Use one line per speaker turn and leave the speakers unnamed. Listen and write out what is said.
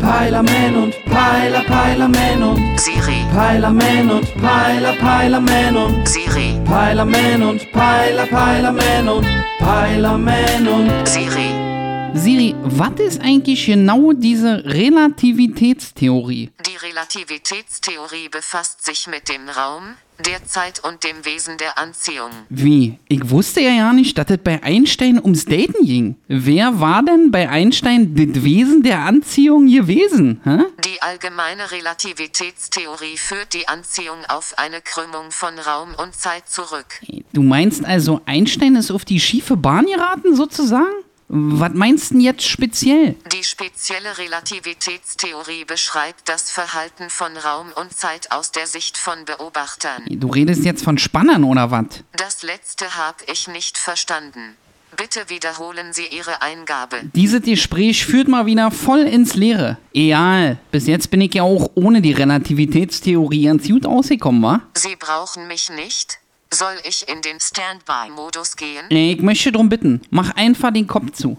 Peilerman und Peiler, Peilerman und
Siri,
Peilerman und Peiler, Peilerman und
Siri,
Peilerman und Peiler, Peilerman und Peilerman und
Siri.
Siri, was ist eigentlich genau diese Relativitätstheorie?
Die Relativitätstheorie befasst sich mit dem Raum, der Zeit und dem Wesen der Anziehung.
Wie? Ich wusste ja ja nicht, dass es bei Einstein ums Daten ging. Wer war denn bei Einstein das Wesen der Anziehung gewesen? Hä?
Die allgemeine Relativitätstheorie führt die Anziehung auf eine Krümmung von Raum und Zeit zurück.
Du meinst also, Einstein ist auf die schiefe Bahn geraten, sozusagen? Was meinst denn jetzt speziell?
Die spezielle Relativitätstheorie beschreibt das Verhalten von Raum und Zeit aus der Sicht von Beobachtern.
Du redest jetzt von Spannern oder was?
Das letzte habe ich nicht verstanden. Bitte wiederholen Sie Ihre Eingabe.
Dieses Gespräch führt mal wieder voll ins Leere. Egal, bis jetzt bin ich ja auch ohne die Relativitätstheorie ganz gut ausgekommen, wa?
Sie brauchen mich nicht? Soll ich in den Standby-Modus gehen?
Äh, Ich möchte drum bitten, mach einfach den Kopf zu.